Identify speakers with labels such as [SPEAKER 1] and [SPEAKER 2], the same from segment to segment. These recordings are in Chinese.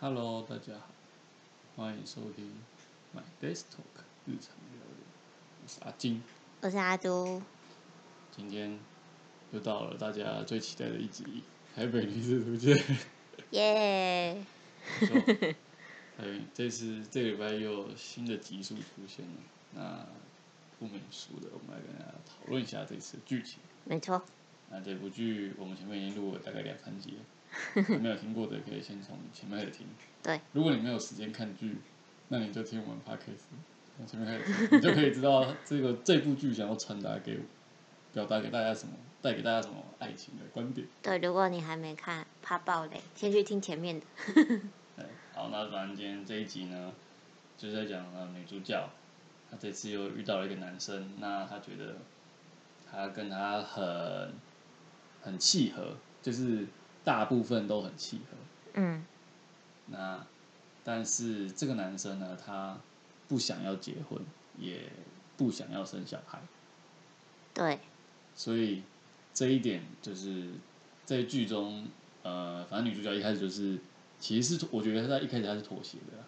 [SPEAKER 1] Hello，大家好，欢迎收听 My Desk Talk 日常聊聊，我是阿金。
[SPEAKER 2] 我是阿朱，
[SPEAKER 1] 今天又到了大家最期待的一集《台北女子图鉴》
[SPEAKER 2] 耶、
[SPEAKER 1] 没错。哎，这次这个礼拜又有新的集数出现了，那不免俗的，我们来跟大家讨论一下这次的剧情。
[SPEAKER 2] 没错，
[SPEAKER 1] 那这部剧我们前面已经录了大概两三集了，没有听过的可以先从前面开始听。
[SPEAKER 2] 对，
[SPEAKER 1] 如果你没有时间看剧，那你就听我们 podcast，从前面开始听，你就可以知道这个这部剧想要传达给我，表达给大家什么，带给大家什么爱情的观点。
[SPEAKER 2] 对，如果你还没看，怕爆雷，先去听前面的。
[SPEAKER 1] 对，好，那反正今天这一集呢，就是在讲呃女主角，她这次又遇到了一个男生，那她觉得她跟他很很契合，就是大部分都很契合。
[SPEAKER 2] 嗯，
[SPEAKER 1] 那但是这个男生呢，他不想要结婚，也不想要生小孩，
[SPEAKER 2] 对，
[SPEAKER 1] 所以这一点就是在剧中，呃，反正女主角一开始就是，其实是我觉得她一开始她是妥协的啦，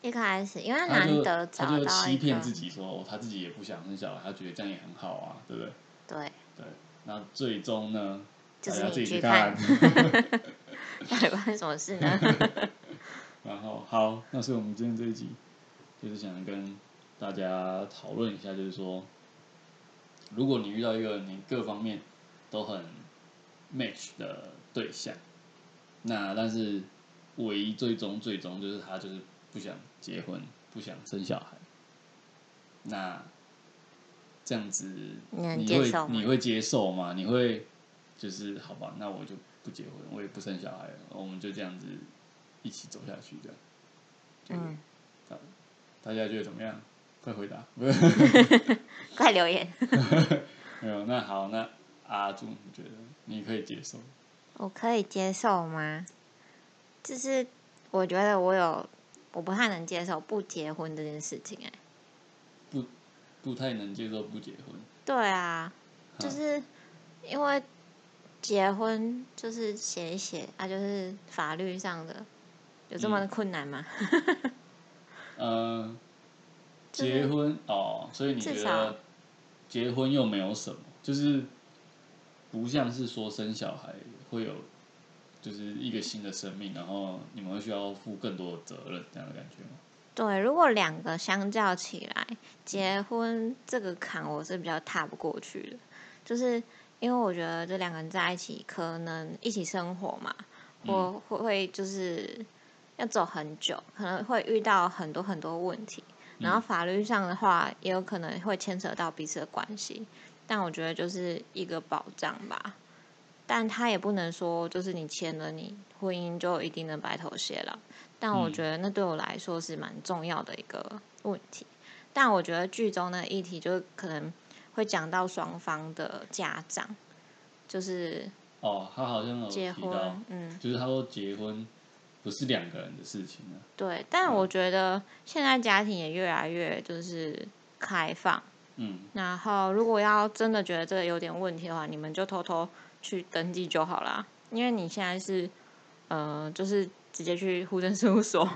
[SPEAKER 2] 一开始因为
[SPEAKER 1] 她
[SPEAKER 2] 难
[SPEAKER 1] 就
[SPEAKER 2] 得找
[SPEAKER 1] 她就
[SPEAKER 2] 到一
[SPEAKER 1] 欺骗
[SPEAKER 2] 个，
[SPEAKER 1] 自己说，哦，她自己也不想生小孩，她觉得这样也很好啊，对不对？
[SPEAKER 2] 对，
[SPEAKER 1] 对，那最终呢，
[SPEAKER 2] 就
[SPEAKER 1] 大
[SPEAKER 2] 是
[SPEAKER 1] 家
[SPEAKER 2] 你
[SPEAKER 1] 自己去
[SPEAKER 2] 去
[SPEAKER 1] 看
[SPEAKER 2] 看，，到底发生什么事 呢？
[SPEAKER 1] 然后好，那所以我们今天这一集就是想跟大家讨论一下，就是说，如果你遇到一个你各方面都很 match 的对象，那但是唯一最终最终就是他就是不想结婚，不想生小孩，那这样子
[SPEAKER 2] 你能
[SPEAKER 1] 你
[SPEAKER 2] 接
[SPEAKER 1] 会
[SPEAKER 2] 受吗
[SPEAKER 1] 你会接受吗？你会就是好吧，那我就不结婚，我也不生小孩了，我们就这样子一起走下去，这样。觉得
[SPEAKER 2] 嗯，
[SPEAKER 1] 大大家觉得怎么样？快回答！
[SPEAKER 2] 快留言，
[SPEAKER 1] 没有，那好，那阿朱，你觉得你可以接受？
[SPEAKER 2] 我可以接受吗？就是我觉得我有，我不太能接受不结婚这件事情、哎，
[SPEAKER 1] 不太能接受不结婚，
[SPEAKER 2] 对啊，就
[SPEAKER 1] 哈
[SPEAKER 2] 是因为结婚就是写一写啊，就是法律上的有这么
[SPEAKER 1] 嗯
[SPEAKER 2] 困难吗？
[SPEAKER 1] 呃，
[SPEAKER 2] 就是
[SPEAKER 1] 结婚哦，所以你觉
[SPEAKER 2] 嗯至
[SPEAKER 1] 得
[SPEAKER 2] 少
[SPEAKER 1] 结婚又没有什么，就是不像是说生小孩会有就是一个新的生命，然后你们会需要负更多的责任这样的感觉吗？
[SPEAKER 2] 对，如果两个相较起来，结婚这个坎我是比较踏不过去的，就是因为我觉得这两个人在一起，可能一起生活嘛，或会会就是要走很久，可能会遇到很多很多问题。然后法律上的话，也有可能会牵扯到彼此的关系，但我觉得就是一个保障吧。但他也不能说，就是你签了你婚姻就一定能白头偕老。但我
[SPEAKER 1] 嗯
[SPEAKER 2] 觉得那对我来说是蛮重要的一个问题。但我觉得剧中的议题就是可能会讲到双方的家长，就是
[SPEAKER 1] 哦，他好像有提
[SPEAKER 2] 结
[SPEAKER 1] 到
[SPEAKER 2] 婚，，嗯，
[SPEAKER 1] 就是他说结婚不是两个人的事情啊。
[SPEAKER 2] 对。但我觉得现在家庭也越来越就是开放，
[SPEAKER 1] 嗯，
[SPEAKER 2] 然后，如果要真的觉得这个有点问题的话，你们就偷偷去登记就好啦。因为你现在是，呃，就是直接去户政事务所，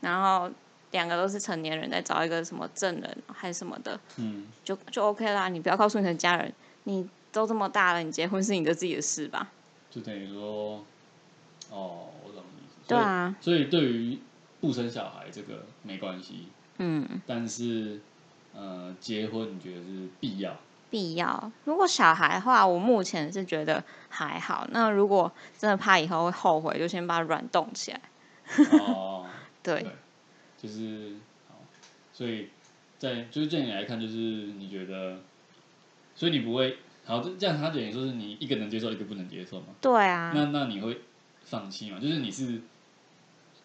[SPEAKER 2] 然后两个都是成年人，再找一个什么证人还是什么的，
[SPEAKER 1] 嗯，
[SPEAKER 2] 就就 OK 啦。你不要告诉你的家人，你都这么大了，你结婚是你的自己的事吧？
[SPEAKER 1] 就等于说，哦，我懂你意思。
[SPEAKER 2] 对啊，
[SPEAKER 1] 所以，所以对于不生小孩这个没关系，
[SPEAKER 2] 嗯，
[SPEAKER 1] 但是，呃，结婚你觉得是必 要？
[SPEAKER 2] 必要。如果小孩的话，我目前是觉得还好。那如果真的怕以后会后悔，就先把软冻起来。
[SPEAKER 1] 哦，
[SPEAKER 2] 对
[SPEAKER 1] 对，就是好，所以在就是这样你来看，就是你觉得，所以你不会好，这这样他等于说是你一个能接受，一个不能接受嘛？
[SPEAKER 2] 对啊。
[SPEAKER 1] 那那你会放弃吗？就是你是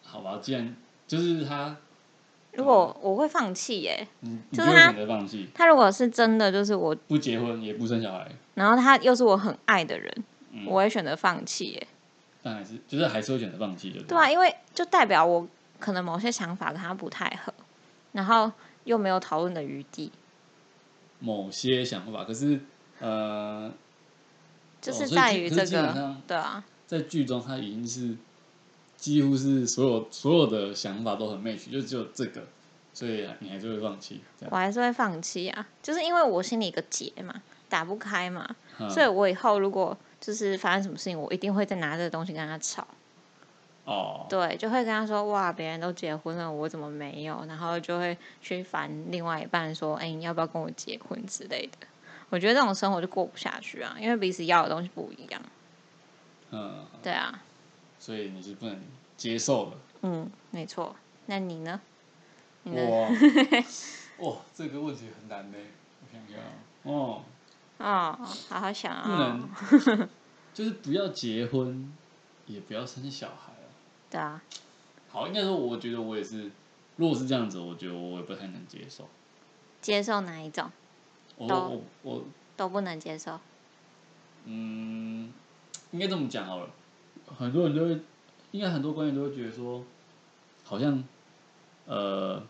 [SPEAKER 1] 好吧，既然就是他，哦
[SPEAKER 2] 如果我会放弃耶、
[SPEAKER 1] 你你就
[SPEAKER 2] 就
[SPEAKER 1] 是会
[SPEAKER 2] 他
[SPEAKER 1] 选择放弃，
[SPEAKER 2] 他如果是真的就是我，
[SPEAKER 1] 不结婚也不生小孩，
[SPEAKER 2] 然后他又是我很爱的人，
[SPEAKER 1] 嗯
[SPEAKER 2] 我会选择放弃耶、
[SPEAKER 1] 但还是就是还是会选择放弃，就
[SPEAKER 2] 对啊，因为就代表我可能某些想法跟他不太合，然后又没有讨论的余地，
[SPEAKER 1] 某些想法，可是呃，
[SPEAKER 2] 就
[SPEAKER 1] 哦所
[SPEAKER 2] 是
[SPEAKER 1] 以
[SPEAKER 2] 在
[SPEAKER 1] 基可
[SPEAKER 2] 于
[SPEAKER 1] 是
[SPEAKER 2] 这
[SPEAKER 1] 基本
[SPEAKER 2] 个，
[SPEAKER 1] 上
[SPEAKER 2] 对啊，
[SPEAKER 1] 在剧中他已经是几乎是所有所有的想法都很 match，就只有这个，所以你还是会放弃。这样
[SPEAKER 2] 我还是会放弃啊，就是因为我心里一个结嘛，打不开嘛，
[SPEAKER 1] 嗯
[SPEAKER 2] 所以我以后如果就是发生什么事情，我一定会再拿这个东西跟他吵，
[SPEAKER 1] 哦，
[SPEAKER 2] 对，就会跟他说哇，别人都结婚了，我怎么没有？然后就会去烦另外一半说，哎、你要不要跟我结婚之类的。我觉得这种生活就过不下去啊，因为彼此要的东西不一样。
[SPEAKER 1] 嗯，
[SPEAKER 2] 对啊，
[SPEAKER 1] 所以你是不能接受的。
[SPEAKER 2] 嗯，没错。那你呢？你的
[SPEAKER 1] 哇，哇，这个问题很难呢，我想想，哦，
[SPEAKER 2] 哦，好好想
[SPEAKER 1] 不
[SPEAKER 2] 啊、
[SPEAKER 1] 能， 就是不要结婚，也不要生小孩啊。
[SPEAKER 2] 对啊，
[SPEAKER 1] 好，应该说，我觉得我也是，如果是这样子，我觉得我也不太能接受。
[SPEAKER 2] 接受哪一种
[SPEAKER 1] 我
[SPEAKER 2] 都
[SPEAKER 1] 我我，
[SPEAKER 2] 都不能接受。
[SPEAKER 1] 嗯，应该这么讲好了。很多人都会，应该很多观众都会觉得说，好像，呃，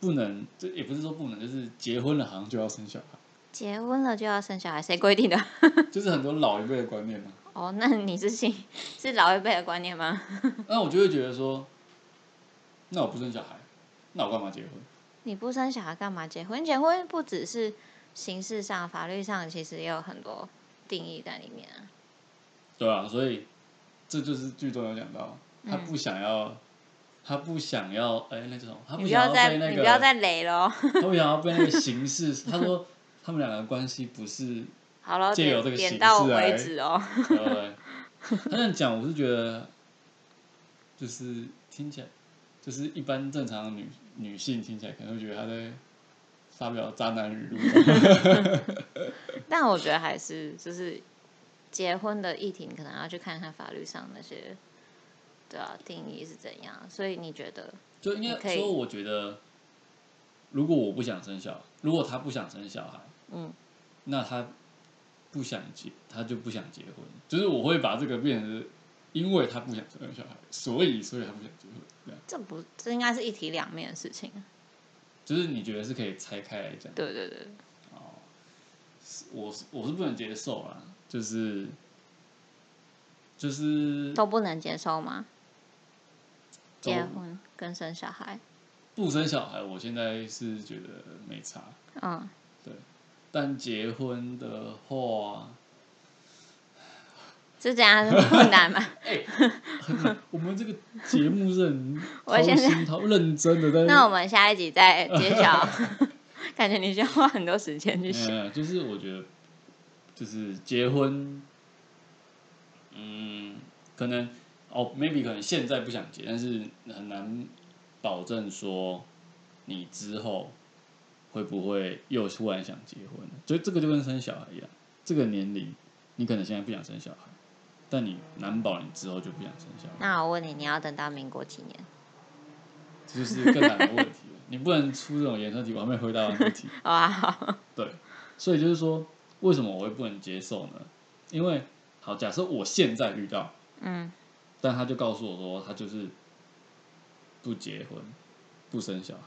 [SPEAKER 1] 不能，这也不是说不能，就是结婚了好像就要生小孩，
[SPEAKER 2] 结婚了就要生小孩，谁规定的？
[SPEAKER 1] 就是很多老一辈的观念嘛。
[SPEAKER 2] 哦，那你是信 是老一辈的观念吗？
[SPEAKER 1] 那我就会觉得说，那我不生小孩，那我干嘛结婚？
[SPEAKER 2] 你不生小孩干嘛结婚？结婚不只是形式上、法律上，其实也有很多定义在里面啊。
[SPEAKER 1] 对啊，所以这就是剧中有讲到，他
[SPEAKER 2] 嗯
[SPEAKER 1] 不想要，他不想要，哎、那叫什么？他
[SPEAKER 2] 你不
[SPEAKER 1] 想
[SPEAKER 2] 要
[SPEAKER 1] 要
[SPEAKER 2] 再
[SPEAKER 1] 被那
[SPEAKER 2] 你
[SPEAKER 1] 个，
[SPEAKER 2] 不要再雷了哦。
[SPEAKER 1] 他不想要被那个形式。他说他们两个关系不是，
[SPEAKER 2] 好了，
[SPEAKER 1] 借由
[SPEAKER 2] 点
[SPEAKER 1] 这个
[SPEAKER 2] 点
[SPEAKER 1] 形
[SPEAKER 2] 到
[SPEAKER 1] 式来
[SPEAKER 2] 为止哦。
[SPEAKER 1] 呃，他这样讲，我是觉得，就是听起来，就是一般正常的女女性听起来可能会觉得他在发表渣男语录。
[SPEAKER 2] 但我觉得还是就是结婚的议题，你可能要去看看法律上那些对啊定义是怎样。所以你觉得
[SPEAKER 1] 就应
[SPEAKER 2] 你可
[SPEAKER 1] 该
[SPEAKER 2] 以
[SPEAKER 1] 说，我觉得，如果我不想生小，如果他不想生小孩，
[SPEAKER 2] 嗯，
[SPEAKER 1] 那他不想结，他就不想结婚。就是我会把这个变成是，因为他不想生小孩，所以所以他不想结婚。这样，
[SPEAKER 2] 这不这应该是一体两面的事情啊？
[SPEAKER 1] 就是你觉得是可以拆开来讲。
[SPEAKER 2] 对对对，
[SPEAKER 1] 哦，是我是我是不能接受啦，就是就是
[SPEAKER 2] 都不能接受吗？
[SPEAKER 1] 都
[SPEAKER 2] 结婚跟生小孩，
[SPEAKER 1] 不生小孩，我现在是觉得没差。
[SPEAKER 2] 嗯，
[SPEAKER 1] 但结婚的话，
[SPEAKER 2] 是怎样这么困难吗？
[SPEAKER 1] 哎 我们这个节目是很
[SPEAKER 2] 我现
[SPEAKER 1] 掏
[SPEAKER 2] 在
[SPEAKER 1] 心掏认真的，但是
[SPEAKER 2] 那我们下一 集再揭晓。 感觉你需要花很多时间去想。
[SPEAKER 1] 嗯，就是我觉得，就是结婚，嗯，可能哦，maybe 可能现在不想结，但是很难保证说你之后会不会又突然想结婚，所以这个就跟生小孩一样，这个年龄你可能现在不想生小孩，但你难保你之后就不想生小孩，
[SPEAKER 2] 那我问你，你要等到民国几年？
[SPEAKER 1] 这就是更难的问题了。你不能出这种衍生题，我还没回答完这题。
[SPEAKER 2] 好啊，好，
[SPEAKER 1] 对，所以就是说，为什么我会不能接受呢？因为好，假设我现在遇到，
[SPEAKER 2] 嗯，
[SPEAKER 1] 但他就告诉我说，他就是不结婚，不生小孩。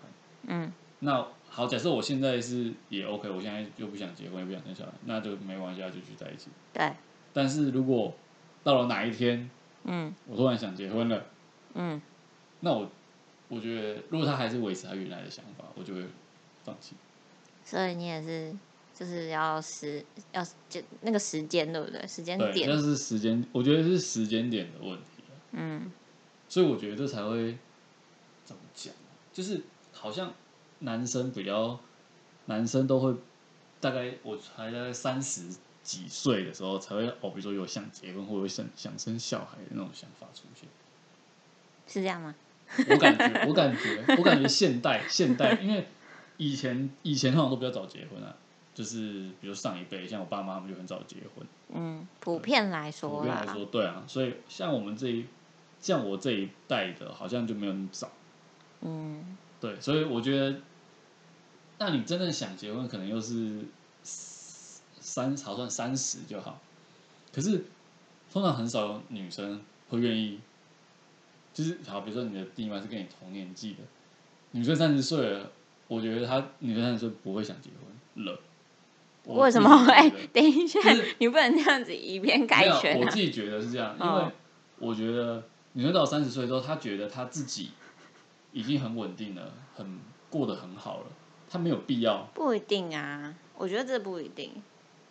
[SPEAKER 2] 嗯，
[SPEAKER 1] 那好，假设我现在是也 OK，我现在就不想结婚，也不想生小孩，那就没关系，啊，就聚在一起。
[SPEAKER 2] 对，
[SPEAKER 1] 但是如果到了哪一天，
[SPEAKER 2] 嗯
[SPEAKER 1] 我突然想结婚了，
[SPEAKER 2] 嗯，
[SPEAKER 1] 那我我觉得，如果他还是维持他原来的想法，我就会放弃。
[SPEAKER 2] 所以你也是，就是要时要就那个时间对不对？时间
[SPEAKER 1] 对，
[SPEAKER 2] 点，
[SPEAKER 1] 那是时间，我觉得是时间点的问题啊。
[SPEAKER 2] 嗯
[SPEAKER 1] 所以我觉得这才会怎么讲啊，就是好像男生比较，男生都会大概我才大概三十几岁的时候才会哦，比如说有想结婚或者想想生小孩的那种想法出现。
[SPEAKER 2] 是这样吗？
[SPEAKER 1] 我感觉，我感觉，我感觉现代现代，因为以前以前通常都比较早结婚啊，就是比如上一辈，像我爸妈他们就很早结婚。
[SPEAKER 2] 嗯，普遍来
[SPEAKER 1] 普
[SPEAKER 2] 说
[SPEAKER 1] 遍
[SPEAKER 2] 啦，
[SPEAKER 1] 来说，对啊，所以像我们这一像我这一代的，好像就没有那么早。
[SPEAKER 2] 嗯，
[SPEAKER 1] 对，所以我觉得，那你真正想结婚，可能又是三，好算三十就好。可是通常很少有女生会愿意，就是好，比如说你的另一半是跟你同年纪的，女生三十岁了，我觉得她女生三十岁不会想结婚了。我
[SPEAKER 2] 为
[SPEAKER 1] 自
[SPEAKER 2] 什
[SPEAKER 1] 己
[SPEAKER 2] 么？
[SPEAKER 1] 觉
[SPEAKER 2] 哎、
[SPEAKER 1] 得
[SPEAKER 2] 等一下
[SPEAKER 1] 就是，
[SPEAKER 2] 你不能这样子以偏概
[SPEAKER 1] 没有
[SPEAKER 2] 全
[SPEAKER 1] 我
[SPEAKER 2] 啊
[SPEAKER 1] 自！己觉得是这样，因
[SPEAKER 2] 嗯
[SPEAKER 1] 为我觉得女生到三十岁之后，她觉得她自己已经很稳定了，很过得很好了，她没有必要
[SPEAKER 2] 不一定啊，我觉得这不一定。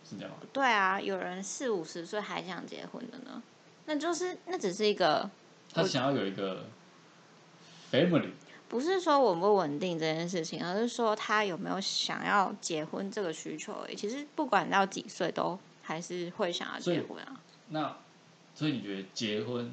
[SPEAKER 1] 是这样吗？
[SPEAKER 2] 对啊，有人四五十岁还想结婚的呢，那就是那只是一个，
[SPEAKER 1] 她想要有一个 family，
[SPEAKER 2] 不是说稳不稳定这件事情，而是说他有没有想要结婚这个需求而已。其实不管到几岁都还是会想要
[SPEAKER 1] 所以
[SPEAKER 2] 结婚啊。
[SPEAKER 1] 那所以你觉得结婚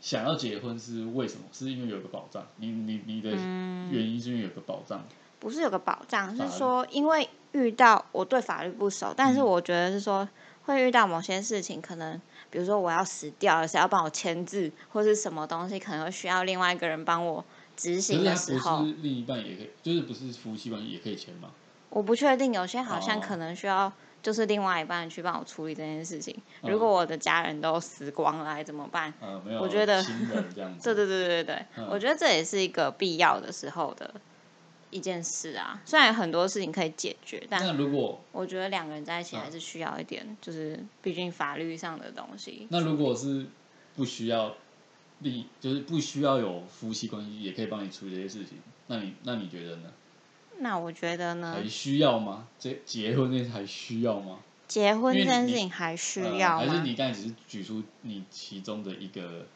[SPEAKER 1] 想要结婚是为什么？是因为有个保障？你你你的
[SPEAKER 2] 嗯，
[SPEAKER 1] 原因是因为有个保障？
[SPEAKER 2] 不是有个保障，
[SPEAKER 1] 法
[SPEAKER 2] 是
[SPEAKER 1] 律
[SPEAKER 2] 说因为遇到我对法律不熟，但是
[SPEAKER 1] 嗯
[SPEAKER 2] 我觉得是说会遇到某些事情，可能比如说我要死掉了，谁要帮我签字，或是什么东西，可能会需要另外一个人帮我执
[SPEAKER 1] 可
[SPEAKER 2] 行
[SPEAKER 1] 是
[SPEAKER 2] 的
[SPEAKER 1] 他
[SPEAKER 2] 时候
[SPEAKER 1] 不，是另一半也可以，就是不是夫妻关系也可以签嘛？
[SPEAKER 2] 我不确定，有些好像
[SPEAKER 1] 哦
[SPEAKER 2] 可能需要就是另外一半去帮我处理这件事情。
[SPEAKER 1] 嗯
[SPEAKER 2] 如果我的家人都死光了，还怎么办？
[SPEAKER 1] 呃，没有，
[SPEAKER 2] 我觉得
[SPEAKER 1] 新人这样子，
[SPEAKER 2] 对对对对对，
[SPEAKER 1] 嗯
[SPEAKER 2] 我觉得这也是一个必要的时候的一件事啊。虽然很多事情可以解决，但
[SPEAKER 1] 那如果
[SPEAKER 2] 我觉得两个人在一起
[SPEAKER 1] 嗯
[SPEAKER 2] 还是需要一点，就是毕竟法律上的东西。
[SPEAKER 1] 那如果是不需要另，就是不需要有夫妻关系也可以帮你处理这些事情，那你那你觉得呢？
[SPEAKER 2] 那我觉得呢
[SPEAKER 1] 还，需要吗？这结婚这还需要吗？
[SPEAKER 2] 结婚
[SPEAKER 1] 因
[SPEAKER 2] 这
[SPEAKER 1] 为
[SPEAKER 2] 件
[SPEAKER 1] 你
[SPEAKER 2] 事情还需
[SPEAKER 1] 呃
[SPEAKER 2] 要
[SPEAKER 1] 还是
[SPEAKER 2] 吗？
[SPEAKER 1] 你刚才只是举出你其中的一个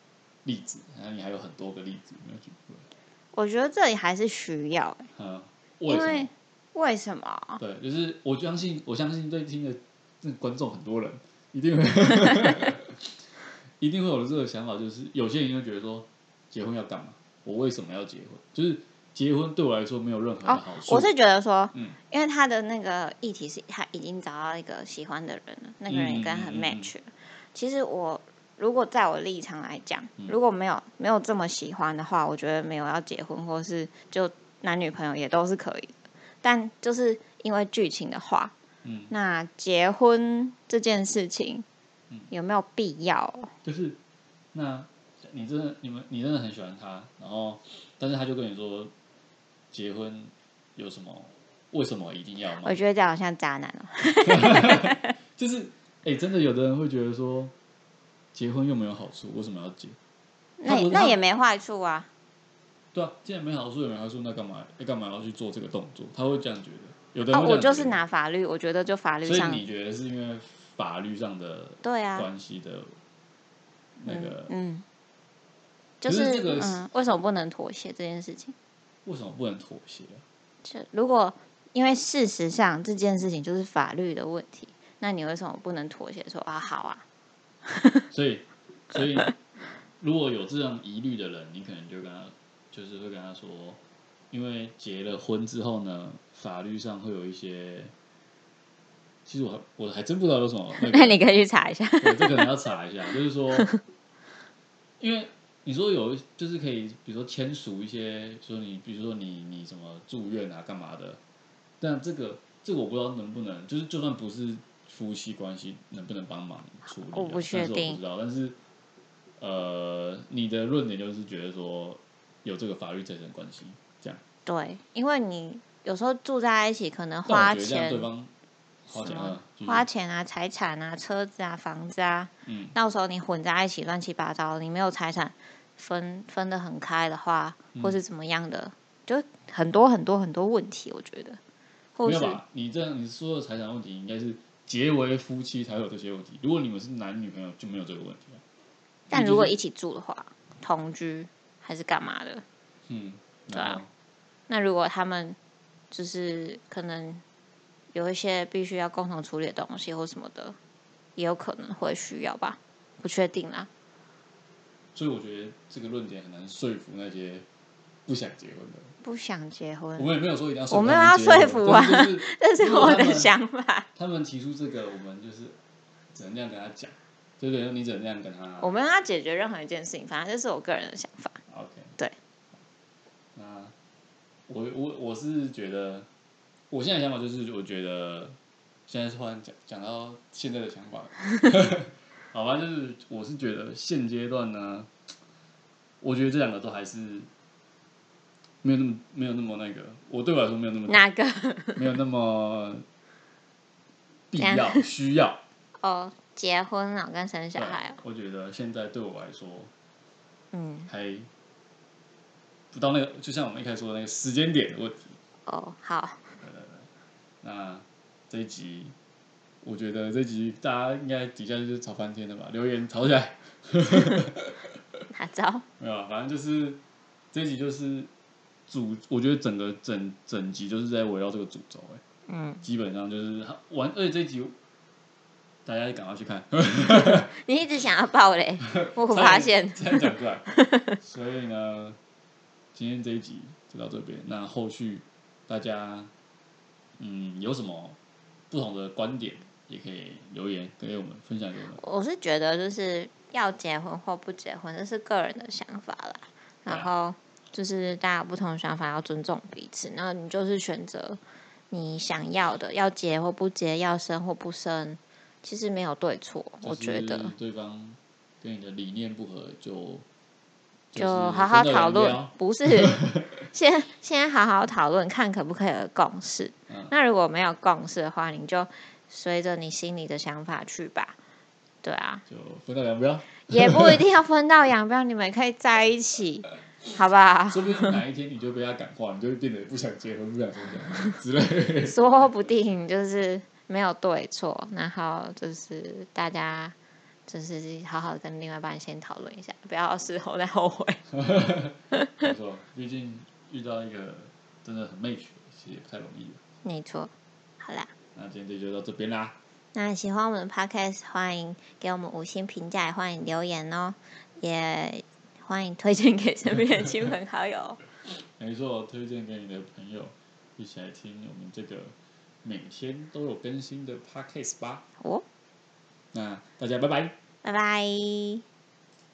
[SPEAKER 1] 例子，然后你还有很多个例子没有举出来？
[SPEAKER 2] 我觉得这里还是需要、
[SPEAKER 1] 嗯，
[SPEAKER 2] 因
[SPEAKER 1] 为什
[SPEAKER 2] 为
[SPEAKER 1] 么？
[SPEAKER 2] 为什么啊？
[SPEAKER 1] 对，就是我相信，我相信对听的那观众很多人一定会， 一定会有这个想法，就是有些人会觉得说，结婚要干嘛？我为什么要结婚？就是结婚对我来说没有任何的
[SPEAKER 2] 哦
[SPEAKER 1] 好处。
[SPEAKER 2] 我是觉得说，
[SPEAKER 1] 嗯
[SPEAKER 2] 因为他的那个议题是他已经找到一个喜欢的人了，那个人也跟他
[SPEAKER 1] 嗯
[SPEAKER 2] 很
[SPEAKER 1] 嗯嗯嗯
[SPEAKER 2] match 了。其实我如果在我立场来讲，
[SPEAKER 1] 嗯
[SPEAKER 2] 如果没有没有这么喜欢的话，我觉得没有要结婚，或是就男女朋友也都是可以的。但就是因为剧情的话，
[SPEAKER 1] 嗯，
[SPEAKER 2] 那结婚这件事情
[SPEAKER 1] 嗯
[SPEAKER 2] 有没有必要？
[SPEAKER 1] 就是那你真的你们你真的很喜欢他，然后但是他就跟你说，结婚有什么？为什么一定要吗？
[SPEAKER 2] 我觉得这样好像渣男哦、
[SPEAKER 1] 就是哎、真的有的人会觉得说，结婚又没有好处，为什么要结？
[SPEAKER 2] 那
[SPEAKER 1] 他不
[SPEAKER 2] 也
[SPEAKER 1] 是
[SPEAKER 2] 那
[SPEAKER 1] 他
[SPEAKER 2] 也没坏处啊。
[SPEAKER 1] 对啊，既然没好处，也没坏处，那干嘛要干嘛要去做这个动作？他会这样觉得。有的
[SPEAKER 2] 啊，
[SPEAKER 1] 人、
[SPEAKER 2] 我就是，拿法律，我觉得就法律
[SPEAKER 1] 所以
[SPEAKER 2] 上，
[SPEAKER 1] 你觉得是因为法律上的
[SPEAKER 2] 对啊，
[SPEAKER 1] 关系的那个，
[SPEAKER 2] 嗯，就
[SPEAKER 1] 可
[SPEAKER 2] 是
[SPEAKER 1] 是这个是
[SPEAKER 2] 嗯，为什么不能妥协这件事情？
[SPEAKER 1] 为什么不能妥协啊、
[SPEAKER 2] 就如果因为事实上这件事情就是法律的问题，那你为什么不能妥协说啊好啊？
[SPEAKER 1] 所以，所以如果有这样疑虑的人，你可能就跟他，就是会跟他说，因为结了婚之后呢，法律上会有一些，其实我还我还真不知道有什么那个
[SPEAKER 2] 那你可以去查 一下。
[SPEAKER 1] 对，这可能要查一下，就是 说，因为你说有，就是可以，比如说签署一些，说你，比如说你你什么住院啊，干嘛的，但这个这个我不知道能不能，就是就算不是夫妻关系，能不能帮忙处理啊、
[SPEAKER 2] 我不
[SPEAKER 1] 但
[SPEAKER 2] 确
[SPEAKER 1] 是我
[SPEAKER 2] 定
[SPEAKER 1] 不知道，但是呃，你的论点就是觉得说有这个法律责任关系，这样，
[SPEAKER 2] 对，因为你有时候住在一起，可能
[SPEAKER 1] 但
[SPEAKER 2] 花
[SPEAKER 1] 我觉得这样
[SPEAKER 2] 钱
[SPEAKER 1] 对方花
[SPEAKER 2] 什
[SPEAKER 1] 钱
[SPEAKER 2] 么
[SPEAKER 1] 啊，继续
[SPEAKER 2] 花钱啊、财产啊、车子啊、房子啊，
[SPEAKER 1] 嗯，
[SPEAKER 2] 到时候你混在一起乱七八糟，你没有财产分分得很开的话，
[SPEAKER 1] 嗯
[SPEAKER 2] 或是怎么样的，就很多很多很多问题，我觉得，或
[SPEAKER 1] 没有
[SPEAKER 2] 是
[SPEAKER 1] 吧？你这样你说的财产问题，应该是结为夫妻才会有这些问题。如果你们是男女朋友，就没有这个问题啊。
[SPEAKER 2] 但
[SPEAKER 1] 你
[SPEAKER 2] 如果
[SPEAKER 1] 就是
[SPEAKER 2] 一起住的话，同居还是干嘛的？
[SPEAKER 1] 嗯，
[SPEAKER 2] 对啊
[SPEAKER 1] 然后
[SPEAKER 2] 那如果他们就是可能有一些必须要共同处理的东西或什么的，也有可能会需要吧，不确定啦。
[SPEAKER 1] 所以我觉得这个论点很难说服那些不想结婚的人。
[SPEAKER 2] 不想结
[SPEAKER 1] 我
[SPEAKER 2] 婚，
[SPEAKER 1] 们也没有说一定要说服
[SPEAKER 2] 我没有
[SPEAKER 1] 他们
[SPEAKER 2] 要
[SPEAKER 1] 结
[SPEAKER 2] 说
[SPEAKER 1] 婚
[SPEAKER 2] 服啊
[SPEAKER 1] 但是就是
[SPEAKER 2] 这是
[SPEAKER 1] 如果
[SPEAKER 2] 我
[SPEAKER 1] 他
[SPEAKER 2] 的
[SPEAKER 1] 们
[SPEAKER 2] 想法。
[SPEAKER 1] 他们提出这个，我们就是只能这样跟他讲，对不对？你只能这样跟他。
[SPEAKER 2] 我没有要解决任何一件事情，反正这是我个人的想法。
[SPEAKER 1] OK，
[SPEAKER 2] 对。
[SPEAKER 1] 那我我我是觉得，我现在想法就是，我觉得现在突然讲讲到现在的想 法，好吧，就是我是觉得现阶段呢，我觉得这两个都还是没有那么没有那么那个，我对我来说没有那 么
[SPEAKER 2] 哪个？
[SPEAKER 1] 没有那么必
[SPEAKER 2] 怎样
[SPEAKER 1] 要需要。
[SPEAKER 2] 哦，结婚啊，跟生小
[SPEAKER 1] 对，
[SPEAKER 2] 孩哦。
[SPEAKER 1] 我觉得现在对我来说，
[SPEAKER 2] 嗯，
[SPEAKER 1] 还不到那个，就像我们一开始说的那个时间点的问题。
[SPEAKER 2] 哦，好，
[SPEAKER 1] 那这一集，我觉得这一集大家应该底下就是吵翻天了吧，留言吵起来。
[SPEAKER 2] 哪招？
[SPEAKER 1] 没有啊，反正就是这一集就是主，我觉得整个整整集就是在围绕这个主轴、欸，
[SPEAKER 2] 嗯，
[SPEAKER 1] 基本上就是完。而且这一集大家赶快去看，
[SPEAKER 2] 你一直想要爆雷，我 发现，
[SPEAKER 1] 这样讲出 来。所以呢，今天这一集就到这边。那后续大家嗯有什么不同的观点，也可以留言给我们分享给我们。
[SPEAKER 2] 我是觉得就是要结婚或不结婚，这是个人的想法啦。
[SPEAKER 1] 对啊
[SPEAKER 2] 然后就是大家有不同的想法要尊重彼此，然后你就是选择你想要的，要结或不结，要生或不生，其实没有对错，我觉
[SPEAKER 1] 就
[SPEAKER 2] 得
[SPEAKER 1] 是对方跟你的理念不合就，是
[SPEAKER 2] 就好好
[SPEAKER 1] 分道
[SPEAKER 2] 讨
[SPEAKER 1] 扬
[SPEAKER 2] 论
[SPEAKER 1] 镳，
[SPEAKER 2] 不是先先好好讨论，看可不可以有共识。
[SPEAKER 1] 嗯
[SPEAKER 2] 那如果没有共识的话，你就随着你心里的想法去吧。对啊，
[SPEAKER 1] 就分道扬镳。
[SPEAKER 2] 也不一定要分道扬镳，你们可以在一 起，好吧？
[SPEAKER 1] 说不定哪一天你就被他感化，你就会变得不想结婚、不想生小孩之 类的。
[SPEAKER 2] 说不定就是没有对错，然后就是大家就是好好跟另外一半先讨论一下，不要事后再后悔。
[SPEAKER 1] 没错，毕竟遇到一个真的很 m a 其实也不太容易了。
[SPEAKER 2] 没错，好啦，
[SPEAKER 1] 那今天这集就到这边啦，
[SPEAKER 2] 那喜欢我们的 podcast，欢迎给我们五星评价，也欢迎留言哦，也欢迎推荐给身边的亲朋好友 哦。
[SPEAKER 1] 没错，推荐给你的朋友一起来听我们这个每天都有更新的 podcast 吧。
[SPEAKER 2] 哦，
[SPEAKER 1] 那大家拜拜。
[SPEAKER 2] 拜拜。